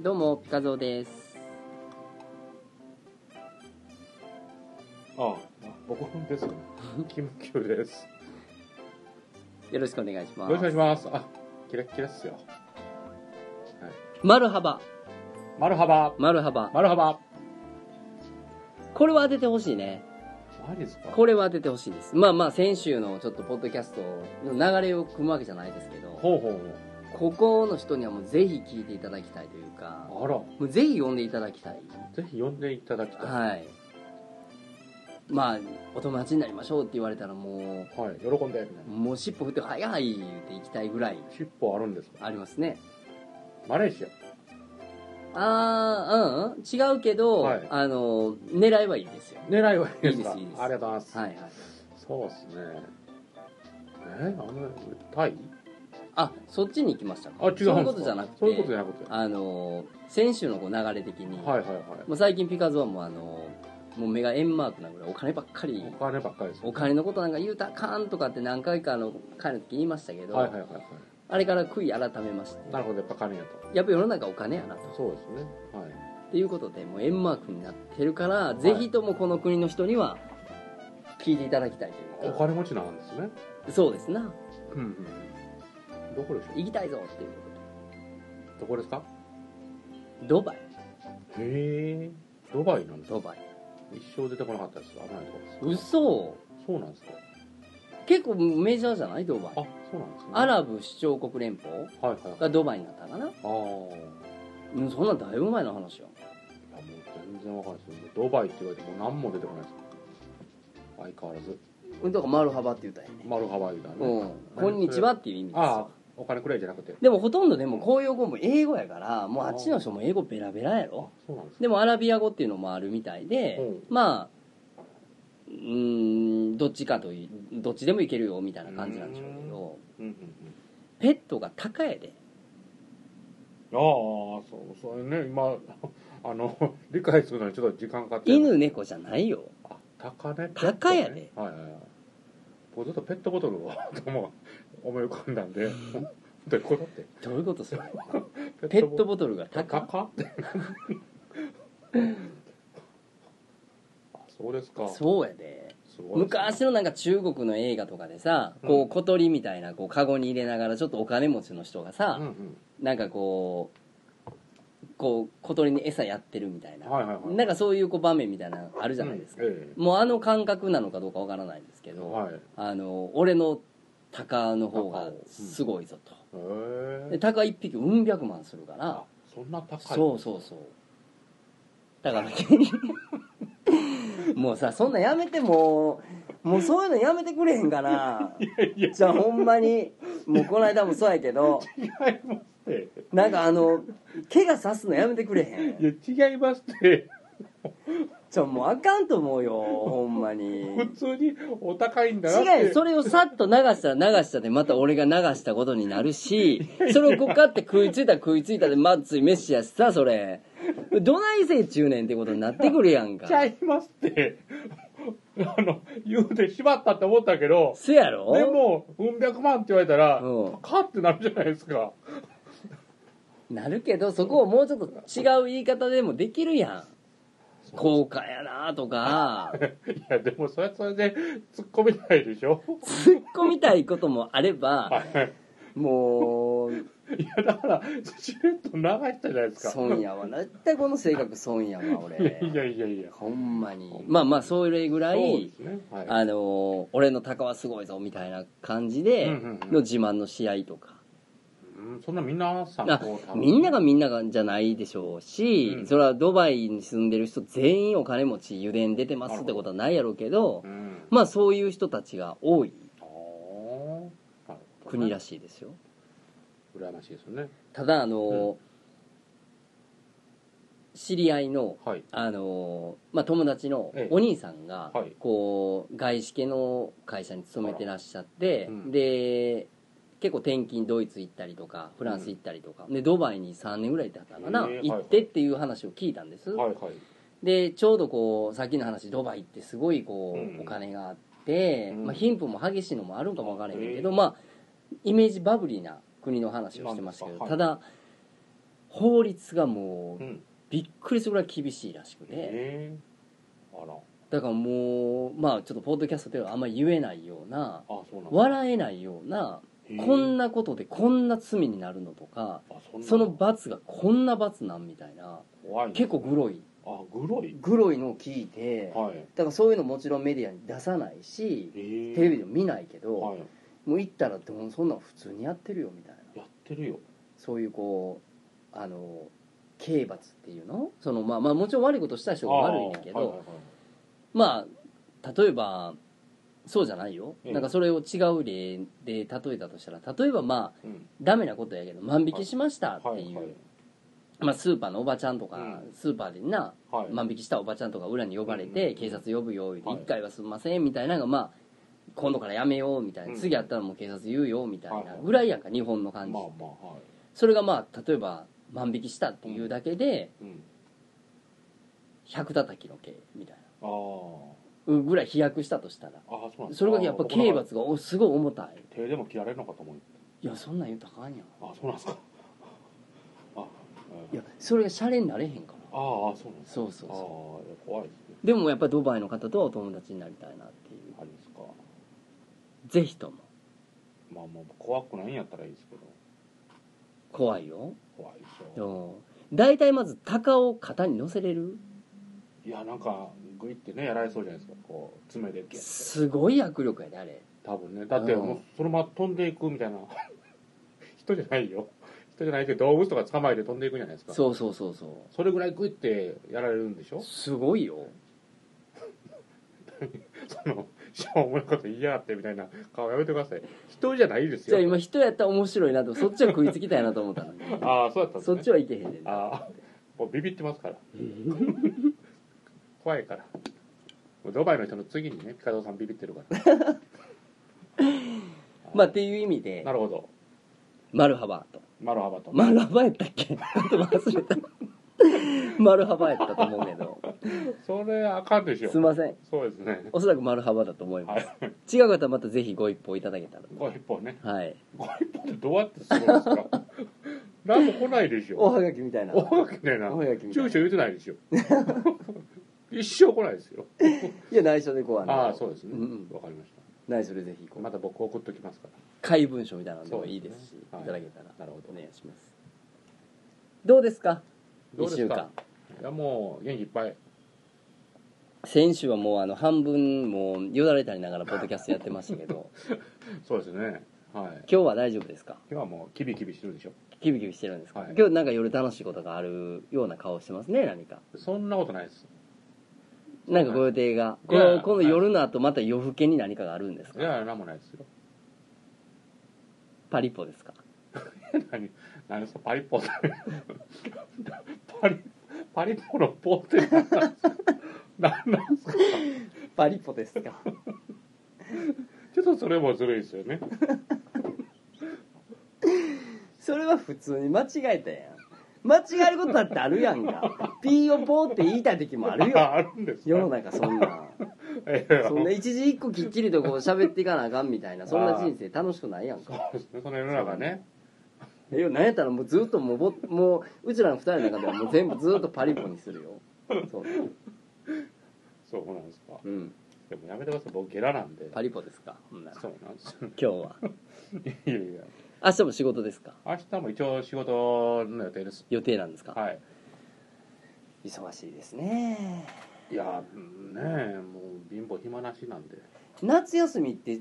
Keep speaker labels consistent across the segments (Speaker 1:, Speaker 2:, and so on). Speaker 1: どうも、ピカゾーです。
Speaker 2: ああ、僕です。 キムキューです。
Speaker 1: よろしくお願いし
Speaker 2: よ
Speaker 1: ま
Speaker 2: ろしくお願い
Speaker 1: す。
Speaker 2: します。あ、キラッキラっすよ。
Speaker 1: マルハバ。
Speaker 2: マルハバ
Speaker 1: マルハバ。
Speaker 2: マルハバ
Speaker 1: これは当ててほしいね。
Speaker 2: マジですか
Speaker 1: これは当ててほしいです。まあまあ、先週のちょっとポッドキャストの流れを組むわけじゃないですけど、
Speaker 2: ほうほう
Speaker 1: ここの人にはもうぜひ聞いていただきたいというか、
Speaker 2: ほう。あ
Speaker 1: もうぜひ呼んでいただきたい。
Speaker 2: ら、ぜひ呼んでいただきたい。は
Speaker 1: はい。まあ、お友達になりましょうって言われたらも
Speaker 2: い、喜んで。
Speaker 1: う、もう尻尾振って、はいはい言って行きたいぐらい
Speaker 2: 尻尾あるんですか
Speaker 1: ありますね。
Speaker 2: マレーシ
Speaker 1: あー、うんうん、違うけど、
Speaker 2: はい
Speaker 1: あの、狙いはいいですよ。
Speaker 2: ア。狙いはいいですか
Speaker 1: いいですいいです
Speaker 2: ありがとうございます。
Speaker 1: はいはい。
Speaker 2: そうですね。えあの、タイ
Speaker 1: あ、そっちに行きましたか
Speaker 2: あ、違うんです
Speaker 1: そ
Speaker 2: か
Speaker 1: ういうことじゃなくて、
Speaker 2: そういうことじゃなくて。は
Speaker 1: あの、選手のこう流れ的に、
Speaker 2: いはいはい。
Speaker 1: もう最近ピカゾはもうあの、もう目が円マークなぐらいお金ばっかり
Speaker 2: お、金ばっかりです。
Speaker 1: お金のことなんか言うたらあかんとかって何回かあの会の時言いましたけど、
Speaker 2: はいはいはいはい。
Speaker 1: あれから悔い改めまして、
Speaker 2: なるほど、やっぱ金やと。
Speaker 1: やっぱ世の中お金やなと。
Speaker 2: そうですね。はい。
Speaker 1: っていうことで、もう円マークになってるから、ぜひともこの国の人には聞いていただきたいとい
Speaker 2: お
Speaker 1: うか、
Speaker 2: 金持ちなんですね。
Speaker 1: そうですな。
Speaker 2: うんうん。どこでしょう
Speaker 1: 行きたいぞっていうこ
Speaker 2: どこですか
Speaker 1: とでドバイ
Speaker 2: へえドバイなんですか
Speaker 1: ドバイ
Speaker 2: 一生出てこなかったです危ないところです
Speaker 1: 嘘
Speaker 2: そうなんですか
Speaker 1: 結構メジャーじゃないドバ
Speaker 2: あ
Speaker 1: イ
Speaker 2: そうなんですね
Speaker 1: アラブ首長国連邦
Speaker 2: はいはいはいあ
Speaker 1: がドバイになったかな
Speaker 2: あーい
Speaker 1: うんそんなんだいぶ前の話よ
Speaker 2: やもう全然わかんないですドバイって言われてもう何も出てこないです相変わらず
Speaker 1: うんだから丸幅って言ったんやね
Speaker 2: マルハバイだね、
Speaker 1: うんこんにちはっていう意味です
Speaker 2: ああ
Speaker 1: よ
Speaker 2: お金くらいじゃなくて
Speaker 1: でもほとんどでも公用語も英語やからもうあっちの人も英語ベラベラや
Speaker 2: あ
Speaker 1: ろ
Speaker 2: そうなんですか
Speaker 1: でもアラビア語っていうのもあるみたいで
Speaker 2: うん
Speaker 1: まあうーんどっちかというどっちでもいけるよみたいな感じなんでしょうけど
Speaker 2: うんうん
Speaker 1: ペットが高いで
Speaker 2: うんああそうそれね今あの 理解するのにちょっと時間かかって
Speaker 1: 犬猫じゃないよ
Speaker 2: あ鷹ね
Speaker 1: 鷹やで
Speaker 2: ペットねはいはいはい僕ちょっとペットボトルを とも思い浮かんだんでどういうことって
Speaker 1: どういうことそれ ペット
Speaker 2: ボ
Speaker 1: ボトルが高い
Speaker 2: 鷹って あそうですかす
Speaker 1: そうやで
Speaker 2: ごいですね
Speaker 1: 昔のなんか中国の映画とかでさ
Speaker 2: うん
Speaker 1: こう小鳥みたいなこうカゴに入れながらちょっとお金持ちの人がさ
Speaker 2: うん、うん
Speaker 1: なんかこうこう小鳥に餌やってるみたいな、
Speaker 2: はいはいはい
Speaker 1: なんかそういうこう場面みたいなのあるじゃないですか、
Speaker 2: うんえ
Speaker 1: もうあの感覚なのかどうかわからないんですけ
Speaker 2: え
Speaker 1: ど、
Speaker 2: はいへ
Speaker 1: あの俺の鷹の方がすごいぞと、で
Speaker 2: え
Speaker 1: 鷹1匹うん百万するから
Speaker 2: あそんな高い
Speaker 1: そうそうそうだから急に もうさそんなんやめてもうもうそういうのやめてくれへんかなじゃあほんまにもうこの間もそうやけど
Speaker 2: 違いますって
Speaker 1: なんかあの怪我さすのやめてくれへん
Speaker 2: いや違いますって
Speaker 1: じゃあもうあかんと思うよほんまに
Speaker 2: 普通にお高いんだなって
Speaker 1: 違うよそれをさっと流したら流したでまた俺が流したことになるしそれをこうかって食いついたら食いついたでまっつい飯やしさそれどないせい中年ってことになってくるやんか
Speaker 2: ちゃいますって、あの、言うてしまったって思ったけど、
Speaker 1: せやろ
Speaker 2: でも、うん百万って言われたら
Speaker 1: うん、
Speaker 2: カってなるじゃないですか。
Speaker 1: なるけどそこをもうちょっと違う言い方でもできるやん高価やなとか
Speaker 2: いや、でも、それはそれで突っ込めないでしょ。
Speaker 1: 突っ込みたいこともあれば
Speaker 2: はい
Speaker 1: もう
Speaker 2: いや、だから、しれっと流したじゃないですか。
Speaker 1: 損やわ絶対この性格損やわ
Speaker 2: いや い
Speaker 1: 俺
Speaker 2: やいやいや。
Speaker 1: ほんまにまあまあそれぐら
Speaker 2: そう
Speaker 1: い
Speaker 2: ですね。はい。
Speaker 1: あのー俺の鷹はすごいぞみたいな感じで
Speaker 2: うんうんうん
Speaker 1: の自慢の試合とか
Speaker 2: うんそんな皆さん
Speaker 1: あ
Speaker 2: こう、多分
Speaker 1: みんながみんながじゃないでしょうし、
Speaker 2: うん
Speaker 1: それはドバイに住んでる人全員お金持ち油田出てますってことはないやろうけど
Speaker 2: うん。
Speaker 1: まあそういう人たちが多い
Speaker 2: あーなるほど
Speaker 1: 国らしいですよ
Speaker 2: 羨ましいですよね。
Speaker 1: ただあのー、知り合いの
Speaker 2: はい。
Speaker 1: あのーまあ、友達の
Speaker 2: ええ
Speaker 1: お兄さんが、
Speaker 2: はい
Speaker 1: こう外資系の会社に勤めてらっしゃって、
Speaker 2: うん
Speaker 1: で結構転勤ドイツ行ったりとかフランス行ったりとか、でドバイに3年ぐらい行ってはったかな、
Speaker 2: へえ
Speaker 1: 行ってっていう話を聞いたんです、
Speaker 2: はいはい
Speaker 1: でちょうどこうさっきの話ドバイってすごいこう、
Speaker 2: うん
Speaker 1: お金があって、
Speaker 2: うん
Speaker 1: まあ、貧富も激しいのもあるんかもわからへんけど、
Speaker 2: へえ
Speaker 1: まあイメージバブリーな国の話をしてますけど、
Speaker 2: なんです
Speaker 1: た
Speaker 2: か
Speaker 1: だ法律がも
Speaker 2: う
Speaker 1: うんびっくりするぐらい厳しいらしくて
Speaker 2: ええあら
Speaker 1: だからもうまあちょっとポッドキャストではあんま言えないような
Speaker 2: あそうなんだ
Speaker 1: 笑えないような
Speaker 2: へえ
Speaker 1: こんなことでこんな罪になるのとか
Speaker 2: あそんな
Speaker 1: その罰がこんな罰なんみたいな
Speaker 2: 怖いね
Speaker 1: 結構グロい
Speaker 2: あグロい
Speaker 1: グロいのを聞いて、
Speaker 2: はい
Speaker 1: だからそういうのもちろんメディアに出さないし
Speaker 2: ええ
Speaker 1: テレビでも見ないけど、
Speaker 2: はい
Speaker 1: もう行ったらでもそんなん普通にやってるよみたいな
Speaker 2: やってるよ
Speaker 1: そういうこうあの刑罰っていうのそのまあまあもちろん悪いことした人が悪いんだけど、
Speaker 2: あーはいはいはい
Speaker 1: まあ例えばそうじゃないよ、
Speaker 2: ええ
Speaker 1: なんかそれを違う例で例えたとしたら例えばまあ
Speaker 2: うん
Speaker 1: ダメなことやけど万引きしましたっていう、
Speaker 2: はいはい
Speaker 1: まあ、スーパーのおばちゃんとか、
Speaker 2: うん
Speaker 1: スーパーでな
Speaker 2: はい
Speaker 1: 万引きしたおばちゃんとか裏に呼ばれ
Speaker 2: うんうんう
Speaker 1: て
Speaker 2: ん
Speaker 1: 警察呼ぶよ言うて
Speaker 2: はい
Speaker 1: 1回はすんませんみたいなのがまあ今度からやめようみたい
Speaker 2: うん
Speaker 1: な次やったらもう警察言うよみたい
Speaker 2: はいは
Speaker 1: ないぐらいやんか日本の感じ
Speaker 2: まあまあはい
Speaker 1: それがまあ例えば万引きしたっていうだけで
Speaker 2: うん
Speaker 1: 100叩きの刑みたい
Speaker 2: あー
Speaker 1: なぐらい飛躍したとしたら
Speaker 2: あーそうなんだ
Speaker 1: それがやっぱ刑罰がおすごい重たい
Speaker 2: 手でも切られるのかと思う
Speaker 1: いやそんなん言うたらあかんやん
Speaker 2: あそうなん ですかあ
Speaker 1: いやそれがシャレになれへんから
Speaker 2: ああーそうなんですか
Speaker 1: そうそう
Speaker 2: ああ
Speaker 1: そ
Speaker 2: 怖いですね
Speaker 1: うでもやっぱりドバイの方とはお友達になりたいなっていう
Speaker 2: あれですか
Speaker 1: ぜひとも
Speaker 2: まあもう怖くないんやったらいいですけど
Speaker 1: 怖いよ
Speaker 2: 怖いでしょ
Speaker 1: うん大体まず鷹を肩に乗せれる
Speaker 2: いやなんかグイってねやられそうじゃないですかこう爪でギュッて
Speaker 1: すごい握力やであれ
Speaker 2: 多分ねだって
Speaker 1: うん
Speaker 2: もうそのまま飛んでいくみたいな 人じゃないよ人じゃないけど動物とか捕まえて飛んでいくじゃないですか
Speaker 1: そうそうそうそ
Speaker 2: それぐらいグイってやられるんでしょ
Speaker 1: うすごいよ
Speaker 2: そのしょうもないこと言いやがってみたいな顔やめてください人じゃないです
Speaker 1: じゃ
Speaker 2: よ
Speaker 1: あ今人やったら面白いなとそっちは食いつきたいなと思 ったのに
Speaker 2: ああそうだったんです
Speaker 1: そ
Speaker 2: ね
Speaker 1: っちはいけへんねんな
Speaker 2: ああもうビビってますから怖いからもうドバイの人の次にねピカドーさんビビってるから
Speaker 1: まあっていう意味で
Speaker 2: なるほど
Speaker 1: マルハバと
Speaker 2: マロハバと
Speaker 1: マルハバやったっけちょっと忘 れたマルハバやったと思うけど
Speaker 2: それあかんでしょ
Speaker 1: すいません
Speaker 2: そうですね
Speaker 1: おそらくマルハバだと思いま
Speaker 2: は
Speaker 1: す、
Speaker 2: い
Speaker 1: 違う方はまたぜひご一報いただけたら
Speaker 2: ご一報ね
Speaker 1: はい
Speaker 2: ご一報ってどうやってするんです か何も来ないでし
Speaker 1: お
Speaker 2: ょ
Speaker 1: はがきみ たいな
Speaker 2: おはがきねえな
Speaker 1: おはがきみたい
Speaker 2: 住
Speaker 1: な
Speaker 2: 所言うてないでしょ 一生来ないですよ
Speaker 1: いや内緒でこうあの
Speaker 2: ああそうですね
Speaker 1: うんうん
Speaker 2: わかりました
Speaker 1: 内緒でぜひこう
Speaker 2: また僕送っときますから
Speaker 1: 怪文書みたいなのでもいいですし
Speaker 2: そうですねはい
Speaker 1: いただけたら
Speaker 2: なるほど
Speaker 1: お願いしますどうですか
Speaker 2: どうです
Speaker 1: 一週
Speaker 2: か
Speaker 1: 間
Speaker 2: いやもう元気いっぱい
Speaker 1: 先週はもうあの半分もうよだれたりながらポッドキャストやってましたけ ど
Speaker 2: そうですねはい
Speaker 1: 今日は大丈夫ですか
Speaker 2: 今日はもうキビキビしてるでしょ
Speaker 1: キビキビしてるんですか、
Speaker 2: はい
Speaker 1: 今日なんか夜楽しいことがあるような顔してますね何か
Speaker 2: そんなことないです
Speaker 1: なんかご予定が
Speaker 2: い
Speaker 1: こ
Speaker 2: や
Speaker 1: のこの夜の後また夜更けに何かがあるんです
Speaker 2: い
Speaker 1: か
Speaker 2: や何もないですよ
Speaker 1: パリッポですか
Speaker 2: 何何ですかパリッポって パリパリッポのポって何なんですか 何なんですか
Speaker 1: パリッポですか
Speaker 2: ちょっとそれもずるいですよね
Speaker 1: それは普通に間違えたやん間違えることだってあるやん かピーをポーって言いたい時もあるよ
Speaker 2: ああるんですか
Speaker 1: 世の中そんなん
Speaker 2: ええ
Speaker 1: そんな一時一個きっちり とこう喋っていかなあかんみたいなそんな人生楽しくないやん
Speaker 2: そ
Speaker 1: か
Speaker 2: うですねその世の中ね
Speaker 1: いやなんやったらもうずっともうぼ もううちらの二人の中ではもう全部ずっとパリポにするよそう
Speaker 2: そうなんですか
Speaker 1: うん
Speaker 2: でもやめてください僕ゲラなんで
Speaker 1: パリポですかほんなら
Speaker 2: そうなんですよ
Speaker 1: 今日はい
Speaker 2: やいや
Speaker 1: 明日も仕事ですか
Speaker 2: 明日も一応仕事の予定です
Speaker 1: 予定なんですか、
Speaker 2: はい
Speaker 1: 忙しいですね
Speaker 2: いやうんねえもう貧乏暇なしなんで
Speaker 1: 夏休みって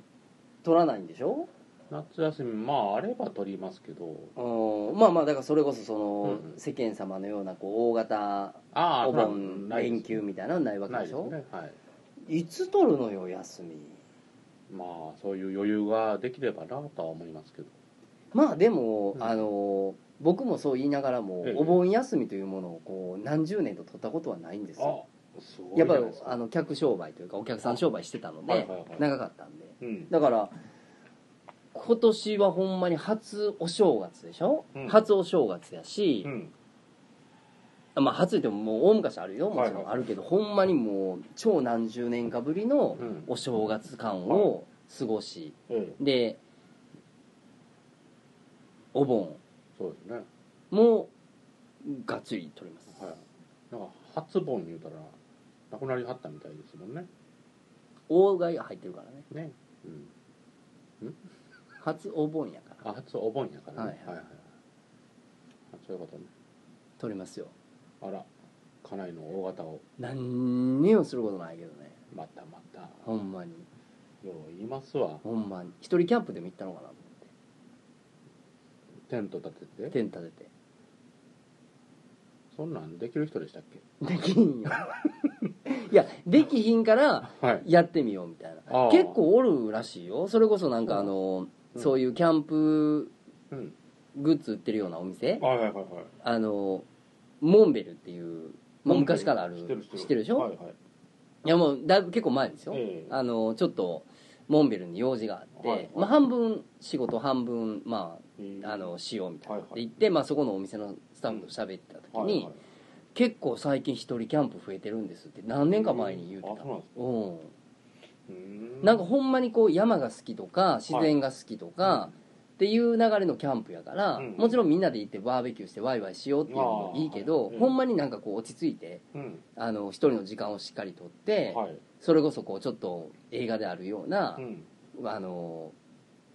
Speaker 1: 取らないんでしょ
Speaker 2: 夏休みまああれば取りますけど
Speaker 1: うんまあまあだからそれこそその、
Speaker 2: うん
Speaker 1: 世間様のようなこう大型
Speaker 2: ああ
Speaker 1: お
Speaker 2: それは
Speaker 1: 盆
Speaker 2: ないです
Speaker 1: 連休みたいなのないわけ
Speaker 2: な
Speaker 1: で
Speaker 2: いで
Speaker 1: し
Speaker 2: す
Speaker 1: ょ
Speaker 2: ねはい
Speaker 1: いつ取るのよ休み
Speaker 2: まあそういう余裕ができればなとは思いますけど
Speaker 1: まあでも、
Speaker 2: うん
Speaker 1: あの僕もそう言いながらも、
Speaker 2: ええ
Speaker 1: お盆休みというものをこう何十年と取ったことはないんですよ
Speaker 2: あすごい
Speaker 1: やっぱり
Speaker 2: じゃないですか
Speaker 1: あの客商売というかお客さん商売してたので、
Speaker 2: はいはいはい
Speaker 1: 長かったんで
Speaker 2: うん
Speaker 1: だから今年はほんまに初お正月でしょ、
Speaker 2: うん
Speaker 1: 初お正月やし
Speaker 2: う、ん
Speaker 1: まあ初って言ってももう大昔あるよもちろ
Speaker 2: はい
Speaker 1: ん
Speaker 2: は
Speaker 1: あるけど、ほんまにもう超何十年かぶりの
Speaker 2: うん
Speaker 1: お正月感を過ごし、
Speaker 2: うん
Speaker 1: でお盆
Speaker 2: そうですね
Speaker 1: もがっつり取ります
Speaker 2: はいなんか初盆言うたらなくなりはったみたいですもんね
Speaker 1: 大貝が入ってるからね
Speaker 2: ねうん
Speaker 1: 初お盆やから
Speaker 2: あ初お盆やからね、
Speaker 1: はいはい
Speaker 2: はいはいあそういうことね
Speaker 1: 取りますよ
Speaker 2: あら家内の大型を
Speaker 1: 何にもすることないけどね
Speaker 2: またまた
Speaker 1: ほんまに
Speaker 2: よう言いますわ
Speaker 1: ほんまに一人キャンプでも行ったのかなと思
Speaker 2: テント立て
Speaker 1: って
Speaker 2: て
Speaker 1: テン立てて
Speaker 2: そんなんできる人でしたっけ
Speaker 1: できひ んよいやできひんから
Speaker 2: はい
Speaker 1: やってみようみたい
Speaker 2: あ
Speaker 1: な
Speaker 2: あ
Speaker 1: 結構おるらしいよそれこそなんかあの、
Speaker 2: うん
Speaker 1: そういうキャンプ
Speaker 2: うん
Speaker 1: グッズ売ってるようなお店、
Speaker 2: はいはいはいはい
Speaker 1: あのモンベルっていうもう昔からある
Speaker 2: 知ってる知ってる
Speaker 1: 知ってるでしょ、
Speaker 2: はい
Speaker 1: い、
Speaker 2: はい
Speaker 1: やもうだいぶ結構前ですよ、
Speaker 2: ええ
Speaker 1: あのちょっとモンベルに用事があって、
Speaker 2: はいはい
Speaker 1: まあ、半分仕事半分ま
Speaker 2: えー
Speaker 1: ああのしようみたいな、
Speaker 2: はいはい
Speaker 1: で行って、まあ、そこのお店のスタッフと喋ってた時に、
Speaker 2: はいはい
Speaker 1: 結構最近一人キャンプ増えてるんですって何年か前に言うて
Speaker 2: あ
Speaker 1: た、
Speaker 2: そうなんですか
Speaker 1: うん
Speaker 2: うーん
Speaker 1: なんかほんまにこう山が好きとか自然が好きとか、
Speaker 2: は
Speaker 1: っていう流れのキャンプやから、
Speaker 2: うん
Speaker 1: もちろんみんなで行ってバーベキューしてワイワイしようっていうのもいいけ
Speaker 2: あ
Speaker 1: ど、
Speaker 2: ーはい
Speaker 1: ほんまになんかこう落ち着いて
Speaker 2: うん
Speaker 1: あの一人の時間をしっかりとって、
Speaker 2: はい
Speaker 1: それこそこうちょっと映画であるような
Speaker 2: う、ん
Speaker 1: あの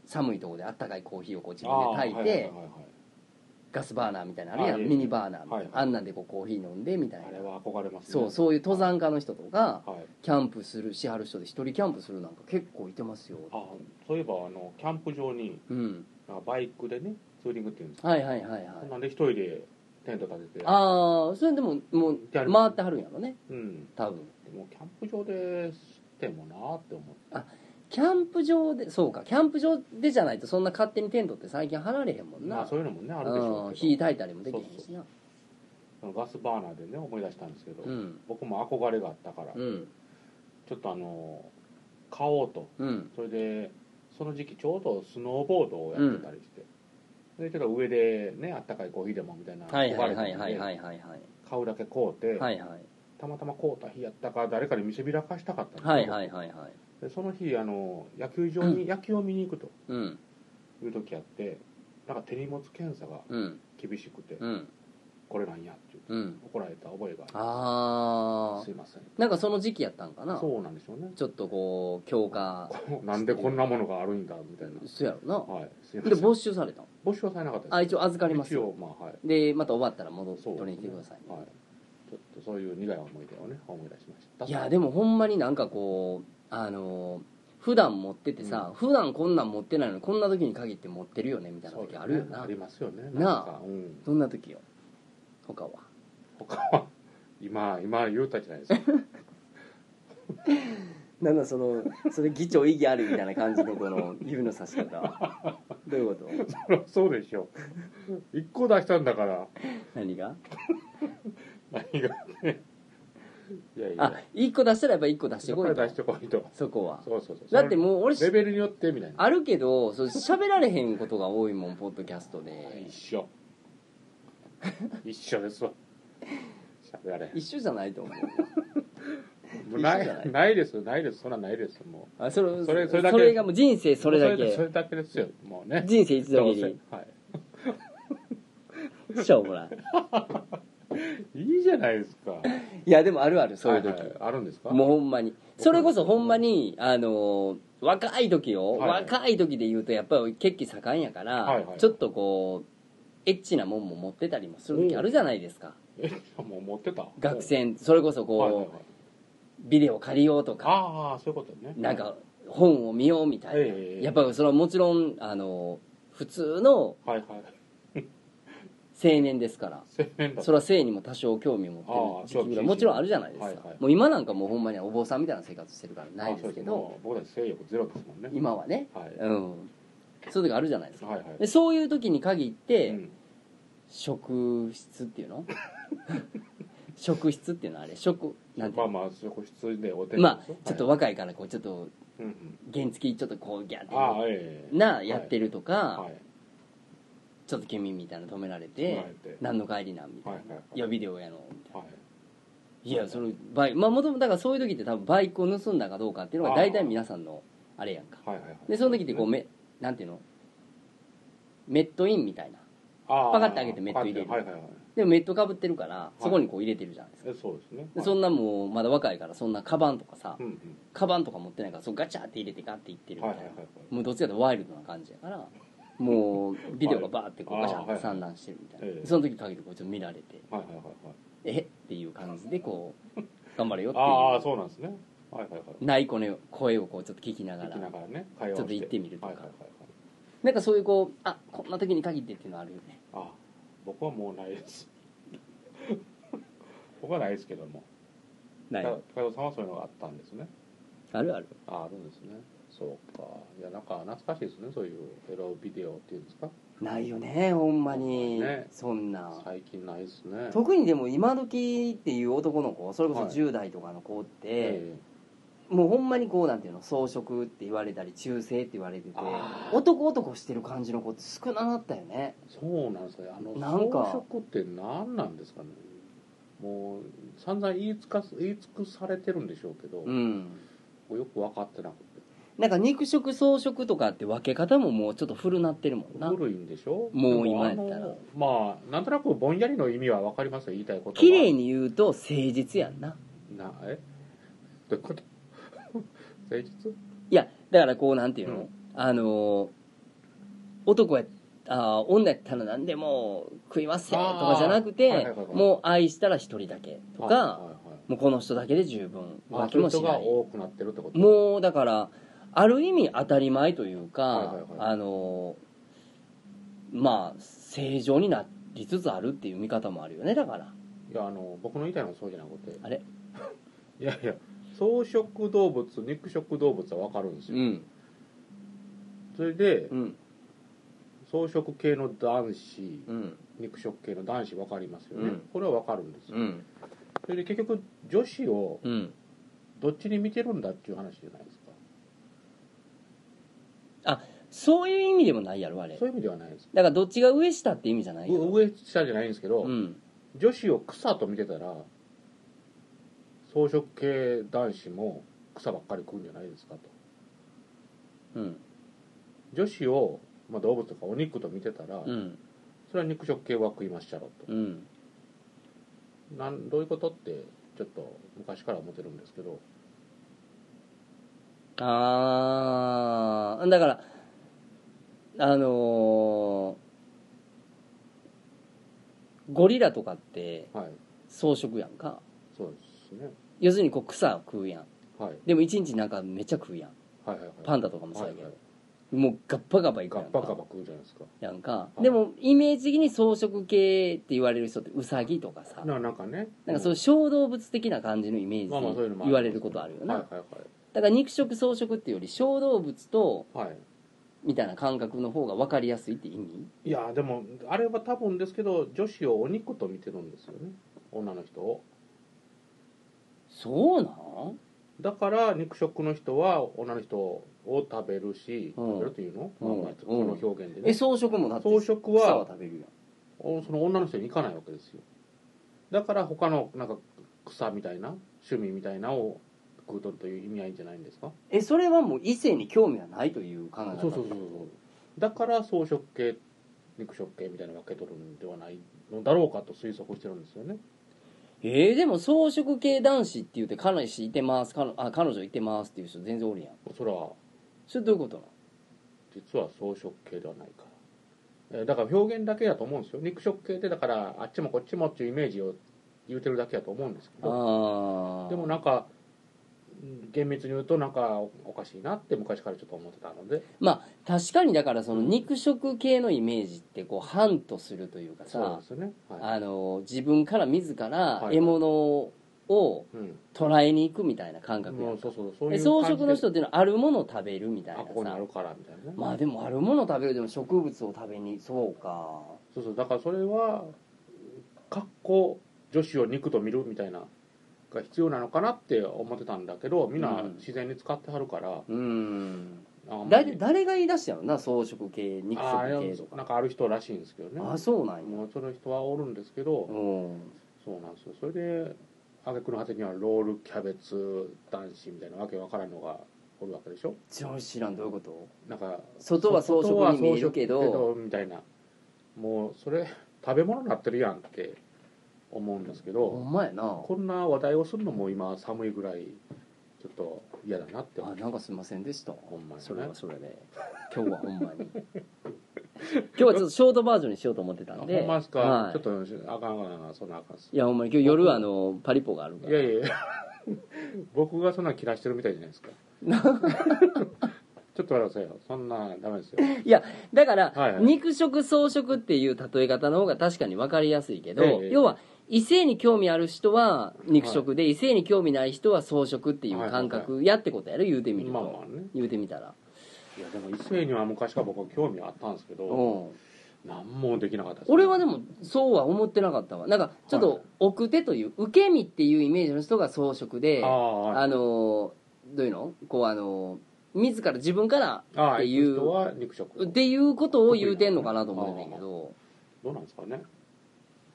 Speaker 1: 寒いところであったかいコーヒーをこう自
Speaker 2: あー
Speaker 1: 分で
Speaker 2: はい
Speaker 1: 炊いて、
Speaker 2: はいはいはい
Speaker 1: ガスバーナーみたいなのあるやん、
Speaker 2: はい
Speaker 1: ミニバーナーみたいな、
Speaker 2: はいはい
Speaker 1: あんなんでこうコーヒー飲んでみたいな
Speaker 2: あれは憧れますね
Speaker 1: そうそういう登山家の人とか
Speaker 2: はい
Speaker 1: キャンプするしはる人で一人キャンプするなんか結構いてますよ
Speaker 2: あそういえばあのキャンプ場に
Speaker 1: うん
Speaker 2: あバイクでねツーリングっていうんですか
Speaker 1: はいはいはいはい
Speaker 2: そんなんで一人でテント立てて
Speaker 1: ああそれでももう
Speaker 2: や
Speaker 1: 回
Speaker 2: る
Speaker 1: ってはるんやろね
Speaker 2: うん
Speaker 1: 多分
Speaker 2: でもキャンプ場でしてもなーって思う
Speaker 1: キャンプ場でそうかキャンプ場でじゃないとそんな勝手にテントって最近張られへんもんな、
Speaker 2: まあそういうのもねあるでしょ
Speaker 1: うん
Speaker 2: う
Speaker 1: 火
Speaker 2: けど
Speaker 1: 炊いたりもできへんしな
Speaker 2: そのガスバーナーでね思い出したんですけど、
Speaker 1: うん
Speaker 2: 僕も憧れがあったから、
Speaker 1: うん
Speaker 2: ちょっとあの買おうと
Speaker 1: うん
Speaker 2: それでその時期ちょうどスノーボードをやってたりして、でちょっと上でねあったかいコーヒーでもみたいな
Speaker 1: はい
Speaker 2: 憧
Speaker 1: はい
Speaker 2: れたん
Speaker 1: は
Speaker 2: で
Speaker 1: いはいはいはいはい
Speaker 2: 買うだけ買うて、
Speaker 1: はいはい
Speaker 2: たまたま買うた日やったか誰かに見せびらかしたかったんですけど
Speaker 1: はいはいはいはい
Speaker 2: でその日あの野球場に野球を見に行くと
Speaker 1: うん
Speaker 2: いう時あってなんか手荷物検査が
Speaker 1: うん
Speaker 2: 厳しくて、
Speaker 1: うん
Speaker 2: これなんやって言って
Speaker 1: うん
Speaker 2: 怒られた覚えがあ
Speaker 1: あ
Speaker 2: るす
Speaker 1: あ
Speaker 2: いません
Speaker 1: なんかその時期やったんかな
Speaker 2: そうなんでしょうね
Speaker 1: ちょっとこう強化
Speaker 2: こうなんでこんなものがあるんだみたいな
Speaker 1: そうやろ
Speaker 2: はいすいま
Speaker 1: な
Speaker 2: せ
Speaker 1: で
Speaker 2: ん
Speaker 1: 没収されたの
Speaker 2: 募集はされなかった
Speaker 1: あ一応預かります
Speaker 2: 一
Speaker 1: よ
Speaker 2: 応まあはい
Speaker 1: でまた終わったら戻って
Speaker 2: そうですね
Speaker 1: 取りに来てくださいね、
Speaker 2: はい、ちょっとそういう苦い思い出をね思い出しました
Speaker 1: いやでもほんまになんかこうあのー普段持っててさ、普段こんなん持ってないのにこんな時に限って持ってるよねみたいな
Speaker 2: そうで
Speaker 1: 時
Speaker 2: すね
Speaker 1: あるよな
Speaker 2: ありますよね
Speaker 1: なあ
Speaker 2: なんかうん
Speaker 1: どんな時よ他は
Speaker 2: 他は 今今言うたじゃないですか
Speaker 1: なんだそのそれ議長意義あるみたいな感じのこの指の差し方どういうこと
Speaker 2: そりゃそうでしょ一個出したんだから
Speaker 1: 何が
Speaker 2: 何がねいやいや
Speaker 1: あ一1個出したらやっぱ1個出してこい
Speaker 2: やっ
Speaker 1: と
Speaker 2: ぱり出してこいと
Speaker 1: そこは
Speaker 2: そうそうそう
Speaker 1: だってもう俺
Speaker 2: そのレベルによってみたいな
Speaker 1: あるけどそう喋られへんことが多いもんポッドキャストで
Speaker 2: 一緒一緒ですわ喋られへん
Speaker 1: 一緒じゃないと思う
Speaker 2: もうな
Speaker 1: 一緒じゃないい
Speaker 2: ないですないですそんなんないですも
Speaker 1: あそれ
Speaker 2: そ
Speaker 1: そ
Speaker 2: れ
Speaker 1: れ
Speaker 2: そ
Speaker 1: そ
Speaker 2: れ
Speaker 1: れ
Speaker 2: だけ
Speaker 1: がもう人生
Speaker 2: う
Speaker 1: それだ
Speaker 2: それ
Speaker 1: け
Speaker 2: だけですよもうね
Speaker 1: 人生一度き
Speaker 2: どう
Speaker 1: り
Speaker 2: せはい
Speaker 1: しょうもない
Speaker 2: いいじゃないですか。
Speaker 1: いやでもあるあるそういう時、
Speaker 2: はいはいあるんですか。
Speaker 1: もうほんまにそれこそほんまにあのー若い時よ、
Speaker 2: はいはい
Speaker 1: 若い時で言うとやっぱり血気盛んやから、
Speaker 2: はいはい
Speaker 1: ちょっとこうエッチなもんも持ってたりもする時あるじゃないですか
Speaker 2: えもう持ってた。
Speaker 1: 学生それこそこう、
Speaker 2: はいはいはい
Speaker 1: ビデオ借りようとか
Speaker 2: ああそういうことね。
Speaker 1: なんか本を見ようみたいな、
Speaker 2: ええええ
Speaker 1: やっぱそれはもちろんあの普通の青
Speaker 2: はいはい。
Speaker 1: 年ですから
Speaker 2: 青年だ。
Speaker 1: それは性にも多少興味を持ってる時期
Speaker 2: あ
Speaker 1: が
Speaker 2: あ
Speaker 1: もちろんあるじゃないですか、
Speaker 2: はいはい
Speaker 1: もう今なんかもうほんまにお坊さんみたいな生活してるからないですけ
Speaker 2: あ。そう
Speaker 1: ど
Speaker 2: もう僕たち性欲ゼロですもんね。
Speaker 1: 今はね、
Speaker 2: はい。は
Speaker 1: うんそういう時あるじゃないですか
Speaker 2: いはい。
Speaker 1: でそういう時に限って、
Speaker 2: うん
Speaker 1: 職質っていうの職質っていうのはあれ職なんてい
Speaker 2: ま
Speaker 1: う
Speaker 2: あ
Speaker 1: の
Speaker 2: まあそこ必要でお手
Speaker 1: まあ、ちょっ
Speaker 2: は
Speaker 1: と若いからこうちょっと
Speaker 2: いうんうん
Speaker 1: 原付きちょっとこうギャンって
Speaker 2: ああええ
Speaker 1: なやってるとか、
Speaker 2: はい
Speaker 1: ちょっとケミみたいなの止められて
Speaker 2: 言われて
Speaker 1: 何の帰りなん?」みたいな
Speaker 2: はいはいは
Speaker 1: 「
Speaker 2: い
Speaker 1: いやビデオやの」みたいな
Speaker 2: は
Speaker 1: 「
Speaker 2: い
Speaker 1: いやそのバイクまあもともとだからそういう時って多分バイクを盗んだかどうかっていうのが大体皆さんのあれやんか
Speaker 2: はいはいはい
Speaker 1: でその時ってこうめなんていうのメットインみたいな
Speaker 2: ああ
Speaker 1: パカッて開けてメット入れる
Speaker 2: はいはいはい
Speaker 1: でもメットかぶってるからそこにこう入れてるじゃないですか、
Speaker 2: えそうですね
Speaker 1: でそんなもうまだ若いからそんなカバンとかさ
Speaker 2: うんうん
Speaker 1: カバンとか持ってないからそうガチャって入れてガッていってるみ
Speaker 2: は
Speaker 1: た
Speaker 2: い
Speaker 1: い
Speaker 2: はい
Speaker 1: な、
Speaker 2: はいはい
Speaker 1: もうどっちかというとワイルドな感じやからもうビデオがバーってこうガシャンって散乱してるみたいな、
Speaker 2: はいはいええ
Speaker 1: その時限りこうちょっと見られて
Speaker 2: はいはいはいはい
Speaker 1: えっていう感じでこう頑張れよ って
Speaker 2: ああ
Speaker 1: い
Speaker 2: そうなんですねはいはいは
Speaker 1: う
Speaker 2: い
Speaker 1: ないこの声をこうちょっと聞きなが
Speaker 2: 行
Speaker 1: ら
Speaker 2: きながらね会話を
Speaker 1: ちょっと行ってみるとか
Speaker 2: はいはいはいはい
Speaker 1: なんかそういうこうあこんな時に限ってっていうのあるよね
Speaker 2: あ僕はもうないです 僕はないですけども
Speaker 1: ない
Speaker 2: か加藤さんはそういうのがあったんですね
Speaker 1: あるある
Speaker 2: ああるんですねそうかいやなんか懐かしいですねそういうエロビデオっていうんですか
Speaker 1: ないよねほんまに、
Speaker 2: ね
Speaker 1: そんな
Speaker 2: 最近ないですね
Speaker 1: 特にでも今時っていう男の子それこそ
Speaker 2: はい
Speaker 1: 10代とかの子って、
Speaker 2: え
Speaker 1: もうほんまにこうなんていうの装飾って言われたり中性って言われてて
Speaker 2: あー
Speaker 1: 男男してる感じの子って少ななったよね
Speaker 2: えそうなんですかねあの
Speaker 1: なんか
Speaker 2: 装飾って何なんですかねもう散々言いつかす言い尽くされてるんでしょうけど、
Speaker 1: うん
Speaker 2: よく分かってなくて
Speaker 1: なんか肉食草食とかって分け方ももうちょっと古なってるもんな
Speaker 2: 古いんでしょ
Speaker 1: もう
Speaker 2: で
Speaker 1: 今
Speaker 2: あの
Speaker 1: やったら
Speaker 2: まあなんとなくぼんやりの意味は分かりますよ言いたいことは
Speaker 1: 綺麗に言うと誠実やんな
Speaker 2: なえ どういうこと 誠実
Speaker 1: いやだからこうなんていうの、
Speaker 2: うん
Speaker 1: あのー男やあー女やったら何でも食いますせと
Speaker 2: あー
Speaker 1: かじゃなくて、
Speaker 2: はいはいはいはい
Speaker 1: もう愛したら一人だけとか、
Speaker 2: はいはいはい
Speaker 1: もうこの人だけで十分
Speaker 2: ま
Speaker 1: 浮
Speaker 2: あそ
Speaker 1: 気
Speaker 2: ういう
Speaker 1: も
Speaker 2: 人
Speaker 1: し
Speaker 2: が
Speaker 1: ない
Speaker 2: 多くなってるってこと
Speaker 1: もうだからある意味当たり前というか、
Speaker 2: はいはいはい
Speaker 1: あのまあ正常になりつつあるっていう見方もあるよねだから
Speaker 2: いやあの僕の言いたいのはそうじゃなくて
Speaker 1: あれ
Speaker 2: いやいや草食動物肉食動物は分かるんです
Speaker 1: う
Speaker 2: よ、
Speaker 1: ん
Speaker 2: それで
Speaker 1: うん
Speaker 2: 草食系の男子
Speaker 1: うん
Speaker 2: 肉食系の男子分かりますよね、
Speaker 1: うん
Speaker 2: これは分かるんですよ、
Speaker 1: うん
Speaker 2: それで結局女子を
Speaker 1: うん
Speaker 2: どっちに見てるんだっていう話じゃないですか
Speaker 1: そういう意味でもないやろあれ
Speaker 2: そういう意味ではないです
Speaker 1: だからどっちが上下って意味じゃないよ
Speaker 2: う上下じゃないんですけど、
Speaker 1: うん
Speaker 2: 女子を草と見てたら草食系男子も草ばっかり食うんじゃないですかと
Speaker 1: うん
Speaker 2: 女子を、まあ、動物とかお肉と見てたら、
Speaker 1: うん
Speaker 2: それは肉食系は食いまっしゃろと、
Speaker 1: うん
Speaker 2: なんどういうことってちょっと昔から思ってるんですけど
Speaker 1: ああだからあのーゴリラとかって
Speaker 2: はい
Speaker 1: 草食やんか
Speaker 2: そうですね
Speaker 1: 要するにこう草を食うやん
Speaker 2: はい
Speaker 1: でも一日なんかめっちゃ食うやん
Speaker 2: はいはいはい
Speaker 1: パンダとかもそうや
Speaker 2: は
Speaker 1: け
Speaker 2: い
Speaker 1: ど、
Speaker 2: はい
Speaker 1: もうガッパガバいく
Speaker 2: ガ
Speaker 1: やん
Speaker 2: ッ
Speaker 1: か
Speaker 2: パガバ食うじゃないですか
Speaker 1: やんか
Speaker 2: い
Speaker 1: でもイメージ的に草食系って言われる人ってウサギとかさ
Speaker 2: ななんかね
Speaker 1: なんかそういう小動物的な感じのイメージ
Speaker 2: まあまあそういうのもあ
Speaker 1: 言われることあるよ
Speaker 2: は
Speaker 1: ない
Speaker 2: はい
Speaker 1: だから肉食草食っていうより小動物と
Speaker 2: はいはい
Speaker 1: みたいな感覚の方が分かりやすいって意味
Speaker 2: いやでもあれは多分ですけど女子をお肉と見てるんですよね女の人を
Speaker 1: そうなん
Speaker 2: だから肉食の人は女の人を食べるし、
Speaker 1: うん
Speaker 2: 食べるというの、
Speaker 1: うん
Speaker 2: まあこの表現で
Speaker 1: え
Speaker 2: ね、
Speaker 1: 草食もだって
Speaker 2: 草食は
Speaker 1: 草は食べるやん
Speaker 2: おその女の人に行かないわけですよだから他のなんか草みたいな趣味みたいなを食うとるという意味合いじゃないんですか
Speaker 1: えそれはもう異性に興味はないという考え方
Speaker 2: そうそうそうそうだから草食系肉食系みたいな分けとるんではないのだろうかと推測してるんですよね
Speaker 1: えー、でも草食系男子って言って彼氏いてます彼あ彼女いてますっていう人全然おるやん
Speaker 2: それは
Speaker 1: それどういうことなの
Speaker 2: 実は草食系ではないからえーだから表現だけだと思うんですよ肉食系ってだからあっちもこっちもっていうイメージを言うてるだけだと思うんですけど
Speaker 1: ああ
Speaker 2: でもなんかうん厳密に言うとなんかおおかしいなって昔からちょっと思ってたので
Speaker 1: まあ確かにだからその肉食系のイメージってこうハンとするというか
Speaker 2: そう
Speaker 1: さ
Speaker 2: ですよねは
Speaker 1: あの自分から自ら
Speaker 2: はい
Speaker 1: 獲物を
Speaker 2: い、うん、
Speaker 1: 捉えに行くみたいな感覚や
Speaker 2: も
Speaker 1: ん
Speaker 2: う
Speaker 1: か
Speaker 2: そうそうそう
Speaker 1: で
Speaker 2: いう
Speaker 1: 草
Speaker 2: 感じ
Speaker 1: 食
Speaker 2: で
Speaker 1: の人っていうのはあるものを食べるみたい
Speaker 2: あ
Speaker 1: な
Speaker 2: ここにあ
Speaker 1: さ
Speaker 2: るからみたいなね、
Speaker 1: まあでもあるものを食べるでも植物を食べにそうか
Speaker 2: そうそうだからそれはかっこ女子を肉と見るみたいなが必要なのかなって思ってたんだけどみんな
Speaker 1: うん
Speaker 2: 自然に使ってはるから、
Speaker 1: うん
Speaker 2: あんま
Speaker 1: だ
Speaker 2: り
Speaker 1: 誰が言い出したんやろな草食系肉
Speaker 2: ああ
Speaker 1: 食
Speaker 2: れ
Speaker 1: 系とか
Speaker 2: なんかある人らしいんですけどね
Speaker 1: あそうなんや
Speaker 2: もうその人はおるんですけど、
Speaker 1: うん
Speaker 2: そうなんですよそれで挙句の果てにはロールキャベツ男子みたいなわけわからんのがおるわけでしょ
Speaker 1: 上司らんどういうこと
Speaker 2: なんか
Speaker 1: 外は装飾に見えるけど
Speaker 2: 外は装飾けみたいなもうそれ食べ物になってるやんって思うんですけど、
Speaker 1: ほんまやな
Speaker 2: こんな話題をするのも今寒いぐらいちょっと嫌だなって思
Speaker 1: あ
Speaker 2: う
Speaker 1: なんかすいませんでした
Speaker 2: ほんまにね
Speaker 1: それはそれで今日はほんまに今日はちょっとショートバージョンにしようと思ってた
Speaker 2: あ
Speaker 1: ん
Speaker 2: ほ
Speaker 1: で
Speaker 2: んまですか、
Speaker 1: はい、
Speaker 2: ちょっとあかんあかんあかんそんなあかんっす
Speaker 1: いやほんまに今日夜あのパリポがあるから
Speaker 2: いやいやいや 僕がそんな切らしてるみたいじゃないで すかちょっと待ってくださいよそんなダメですよ
Speaker 1: いやだから、
Speaker 2: はいはい
Speaker 1: 肉食草食っていう例え方の方が確かに分かりやすいけど、
Speaker 2: ええ
Speaker 1: 要は異性に興味ある人は肉食で、異性に興味ない人は草食っていう感覚やってことやろ言うてみると、
Speaker 2: まあまあね
Speaker 1: 言うてみたら
Speaker 2: いやでも異性には昔から僕は興味あったんですけど
Speaker 1: うん
Speaker 2: 何もできなかったです
Speaker 1: 俺はでもそうは思ってなかったわなんかちょっ
Speaker 2: はい
Speaker 1: と奥手という受け身っていうイメージの人が草食で
Speaker 2: ああはい
Speaker 1: あのどういうのこうあの自ら自分から
Speaker 2: ああ
Speaker 1: っていう
Speaker 2: 人は肉食
Speaker 1: っていうことを言うてんのかなと思うんだけど
Speaker 2: どうなんですかね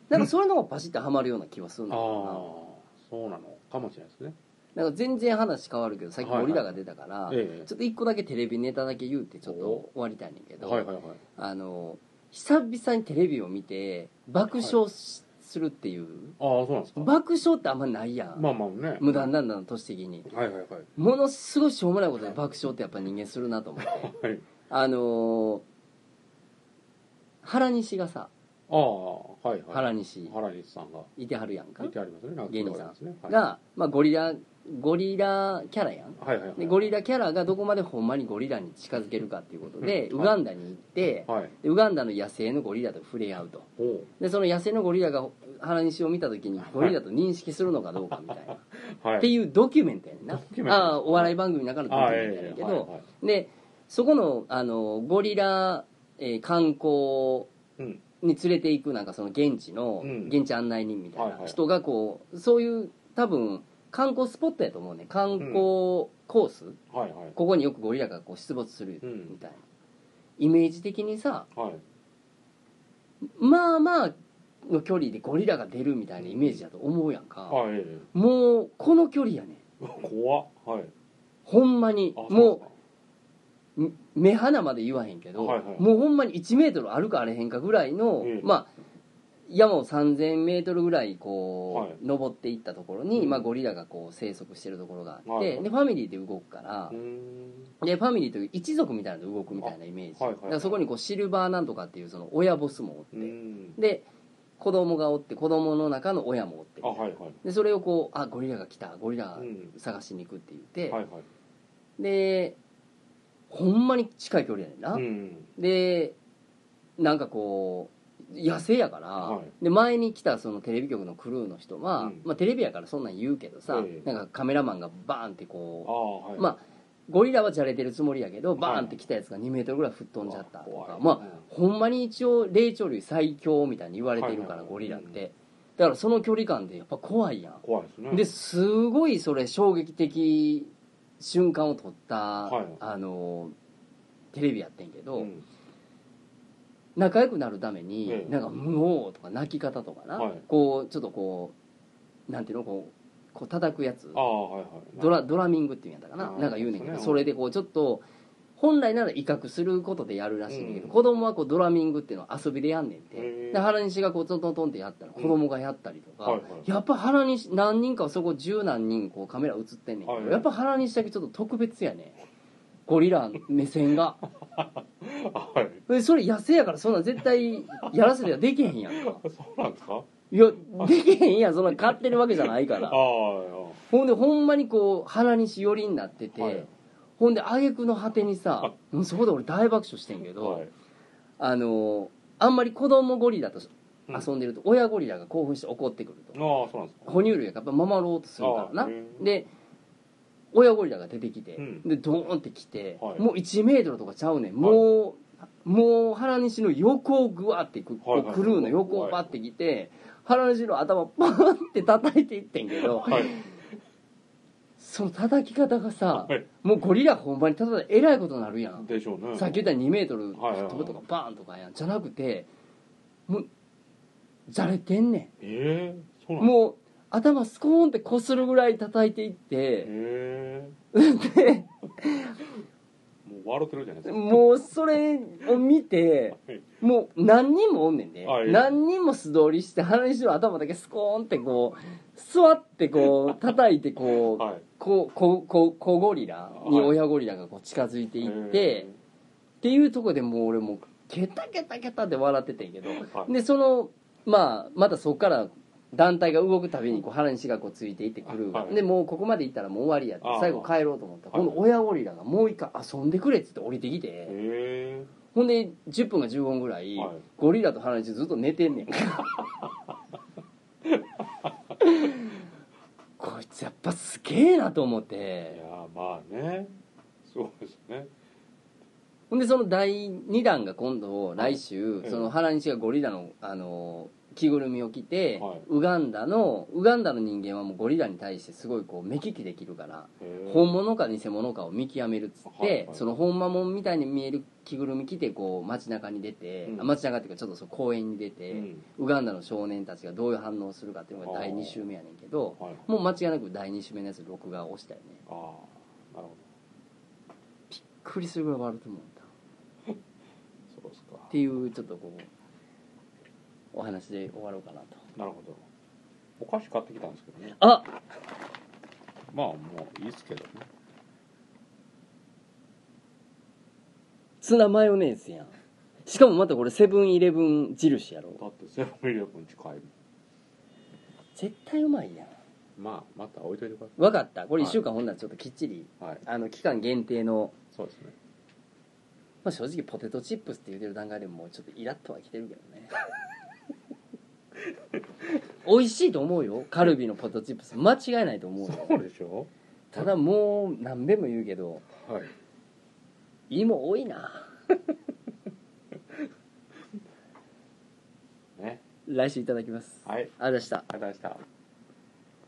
Speaker 1: なんかそれの方がパシッてはまるような気はするん
Speaker 2: あ
Speaker 1: だ
Speaker 2: あ
Speaker 1: よ
Speaker 2: そうなのかもしれないですね
Speaker 1: ななんか全然話変わるけどさっき
Speaker 2: はいはい
Speaker 1: 森田が出たから、
Speaker 2: え
Speaker 1: ちょっと一個だけテレビネタだけ言うってちょっと終わりたいねんけ
Speaker 2: え
Speaker 1: ど、
Speaker 2: はいはいはい
Speaker 1: あの久々にテレビを見て爆笑しするっていう、
Speaker 2: ああそうなんですか
Speaker 1: 爆笑ってあんまないやん、
Speaker 2: まあまあね
Speaker 1: 無駄になんだの年的に
Speaker 2: はいはいはい
Speaker 1: ものすごいしょうもないことで爆笑ってやっぱ人間するなと思って
Speaker 2: はい
Speaker 1: あのー原西がさ
Speaker 2: ああはいはい
Speaker 1: 原西
Speaker 2: 原西さんが
Speaker 1: いてはるやんか
Speaker 2: 見てありますねなんか
Speaker 1: 芸人さん
Speaker 2: ありますねはい
Speaker 1: が、まあ、ゴリラゴリラキャラやん
Speaker 2: はいはいはい
Speaker 1: でゴリラキャラがどこまでほんまにゴリラに近づけるかっていうことで、
Speaker 2: うん
Speaker 1: ウガンダに行って
Speaker 2: はい
Speaker 1: でウガンダの野生のゴリラと触れ合うと
Speaker 2: おう
Speaker 1: でその野生のゴリラが原西を見た時にゴリラと認識するのかどうかみたいな、
Speaker 2: はい
Speaker 1: っていうドキュメントやんな
Speaker 2: ドキュメント
Speaker 1: ああお笑い番組の中のドキ
Speaker 2: あ
Speaker 1: ュ
Speaker 2: あ
Speaker 1: メントやね
Speaker 2: え
Speaker 1: ん
Speaker 2: え
Speaker 1: け
Speaker 2: ええ
Speaker 1: ど、
Speaker 2: はいはい
Speaker 1: でそこのあのゴリラ、えー観光
Speaker 2: うん
Speaker 1: に連れて行くなんかその現地の、
Speaker 2: うん
Speaker 1: 現地案内人みたい
Speaker 2: はい
Speaker 1: な
Speaker 2: はい
Speaker 1: 人がこうそういう多分観光スポットやと思うね観光コース、
Speaker 2: はいはい
Speaker 1: ここによくゴリラがこう出没する
Speaker 2: うん
Speaker 1: みたいな、イメージ的にさ
Speaker 2: はい
Speaker 1: まあまあの距離でゴリラが出るみたいなイメージだと思うやんか、
Speaker 2: はいええ
Speaker 1: もうこの距離やね
Speaker 2: 怖っはい
Speaker 1: ほんまに
Speaker 2: あそう
Speaker 1: も
Speaker 2: ですか
Speaker 1: う目鼻まで言わへんけど、
Speaker 2: はいはい
Speaker 1: もうほんまに1メートルあるかあれへんかぐらいの、
Speaker 2: うん
Speaker 1: まあ山を3000メートルぐらいこう、
Speaker 2: はい
Speaker 1: 登っていったところに、
Speaker 2: うん
Speaker 1: まあ、ゴリラがこう生息してるところがあって、
Speaker 2: はいはい
Speaker 1: でファミリーで動くから
Speaker 2: うー、ん
Speaker 1: でファミリーという一族みたいなので動くみたいなイメージ、
Speaker 2: あはいはいはい
Speaker 1: だからそこにこうシルバーなんとかっていうその親ボスもおっ
Speaker 2: う
Speaker 1: て、
Speaker 2: ーん
Speaker 1: で子供がおって子供の中の親もおって
Speaker 2: あはいはい
Speaker 1: でそれをこう「あゴリラが来たゴリラ
Speaker 2: うん
Speaker 1: 探しに行く」って言って、
Speaker 2: はいはい
Speaker 1: でほんまに近い距離やねんな、
Speaker 2: うん
Speaker 1: でなんかこう野生やから、
Speaker 2: は
Speaker 1: で前に来たそのテレビ局のクルーの人は、
Speaker 2: うん
Speaker 1: まあ、テレビやからそんなん言うけどさ、
Speaker 2: ええ
Speaker 1: なんかカメラマンがバーンって
Speaker 2: あ
Speaker 1: こ
Speaker 2: あはいう
Speaker 1: まあゴリラはじゃれてるつもりやけどバー
Speaker 2: は
Speaker 1: ン
Speaker 2: い
Speaker 1: って来たやつが2メートルぐらい吹っ飛んじゃったと
Speaker 2: うわ
Speaker 1: か
Speaker 2: 怖い
Speaker 1: まあほんまに一応霊長類最強みたいに言われてるから、
Speaker 2: はいはいはい
Speaker 1: ゴリラって、
Speaker 2: う
Speaker 1: だからその距離感でやっぱ怖いやん
Speaker 2: 怖いですね
Speaker 1: ですごいそれ衝撃的瞬間を撮った、
Speaker 2: はい
Speaker 1: あのテレビやってんけど、
Speaker 2: うん
Speaker 1: 仲良くなるために、
Speaker 2: ええ
Speaker 1: なんか「無王」とか泣き方とかな、
Speaker 2: はい
Speaker 1: こうちょっとこうなんていうのこうこう叩くやつ
Speaker 2: ああはいはい
Speaker 1: ドラドラミングっていうんやったかな
Speaker 2: あー
Speaker 1: なんか言うねんけど
Speaker 2: そうですね
Speaker 1: それでこうちょっと本来なら威嚇することでやるらしいんだけど、
Speaker 2: うん
Speaker 1: 子供はこうドラミングっていうのを遊びでやんねんて、
Speaker 2: へえ
Speaker 1: で原西がこうトントントンってやったら子供がやったりとか、
Speaker 2: はいはい
Speaker 1: やっぱ原西何人かそこ十何人こうカメラ映ってんねんけど、
Speaker 2: はい
Speaker 1: やっぱ原西だけちょっと特別やねゴリラ目線が
Speaker 2: はい
Speaker 1: でそれ野生やからそんなん絶 対やらせてはできへんやんか
Speaker 2: そうなんですか
Speaker 1: いやできへんやんそんなん勝ってるわけじゃないか
Speaker 2: あ
Speaker 1: ら
Speaker 2: あは
Speaker 1: ほんでほんまにこう原西寄りになってて、
Speaker 2: はい
Speaker 1: ほんで挙句の果てにさもうそこで俺大爆笑してんけ
Speaker 2: い
Speaker 1: ど、あのーあんまり子供ゴリラと
Speaker 2: うん
Speaker 1: 遊んでると親ゴリラが興奮して怒ってくると、
Speaker 2: ああそうなんですか
Speaker 1: 哺乳類がやっぱ守ろうとするから
Speaker 2: あ
Speaker 1: な
Speaker 2: ーへー
Speaker 1: で親ゴリラが出てきて、
Speaker 2: うん
Speaker 1: でドーンって来て、
Speaker 2: はい
Speaker 1: もう1メートルとかちゃうねんもう、もう原西の横をグワってく、
Speaker 2: はいはい
Speaker 1: こうクルーの横を
Speaker 2: はい
Speaker 1: バって来て、原西の頭パーンって叩いていってんけど、
Speaker 2: はい
Speaker 1: その叩き方がさ、
Speaker 2: はい
Speaker 1: もうゴリラほんまにただえらいことになるやん、
Speaker 2: でしょうね
Speaker 1: さっき言った2メートル
Speaker 2: はいはいはい
Speaker 1: 飛ぶとかバーンとかやんじゃなくてもうじゃれてんね
Speaker 2: ええそうなん
Speaker 1: ん
Speaker 2: だ
Speaker 1: もう頭スコーンってこするぐらい叩いていって、
Speaker 2: え
Speaker 1: で
Speaker 2: えもう笑ってるじゃないですか
Speaker 1: もうそれを見て
Speaker 2: はい
Speaker 1: もう何人もおんねんで、
Speaker 2: はい
Speaker 1: 何人も素通りして原西の頭だけスコーンってこう座ってこう叩いてこう
Speaker 2: はい
Speaker 1: こうこうこう子ゴリラに親ゴリラがこう近づいていって、っていうとこでもう俺もうケタケタケタで笑っててんけど
Speaker 2: えーはい
Speaker 1: でそのまあまたそこから団体が動くたびにこう原西がこうついていってくる、
Speaker 2: はい
Speaker 1: でもうここまで行ったらもう終わりやって
Speaker 2: あー
Speaker 1: 最後帰ろうと思ったら
Speaker 2: は
Speaker 1: 今
Speaker 2: い
Speaker 1: 度親ゴリラがもう一回遊んでくれっつって降りてきて、
Speaker 2: え
Speaker 1: ほんで10分か15分ぐらい、
Speaker 2: はい
Speaker 1: ゴリラと原西ずっと寝てん ねんこいつやっぱすげえなと思っ
Speaker 2: えい
Speaker 1: て
Speaker 2: やーまあねそうですね
Speaker 1: ほんでその第2弾が今度来週、
Speaker 2: はい
Speaker 1: その原西がゴリラの、あの着ぐるみを着て、
Speaker 2: はい
Speaker 1: ウガンダのウガンダの人間はもうゴリラに対してすごいこう目利きできるから、
Speaker 2: ええ
Speaker 1: 本物か偽物かを見極めるっつって、
Speaker 2: はいはい
Speaker 1: その本間もんみたいに見える着ぐるみ着てこう街中に出て、
Speaker 2: うん
Speaker 1: あ街中っていうかちょっとその公園に出て、
Speaker 2: うん
Speaker 1: ウガンダの少年たちがどういう反応をするかっていうのが第2週目やねんけど
Speaker 2: はい
Speaker 1: もう間違いなく第2週目のやつ録画を押したよね
Speaker 2: ああなるほ
Speaker 1: びっくりするぐらい悪く思ったっ
Speaker 2: どそうですか
Speaker 1: ていうちょっとこうお話で終わろうかなと
Speaker 2: なるほどお菓子買ってきたんですけどね
Speaker 1: あ
Speaker 2: まあもういいですけどね
Speaker 1: ツナマヨネーズやんしかもまたこれセブンイレブン印やろ
Speaker 2: だってセブンイレブン近いもん
Speaker 1: 絶対うまいやん
Speaker 2: まあまた置いといてくだ
Speaker 1: わかったこれ1
Speaker 2: はい
Speaker 1: 週間ほんならちょっときっちり
Speaker 2: さいはい
Speaker 1: あの期間限定の、
Speaker 2: そうですね
Speaker 1: まあ、正直ポテトチップスって言ってる段階でもうちょっとイラッとはきてるけどね美味しいと思うよカルビのポテトチップス間違いないと思うよ
Speaker 2: そうでしょ
Speaker 1: ただもう何べんも言うけど
Speaker 2: はい
Speaker 1: 芋多いな
Speaker 2: ね
Speaker 1: 来週いただきます
Speaker 2: はい
Speaker 1: ありがとうございました
Speaker 2: ありがとうございました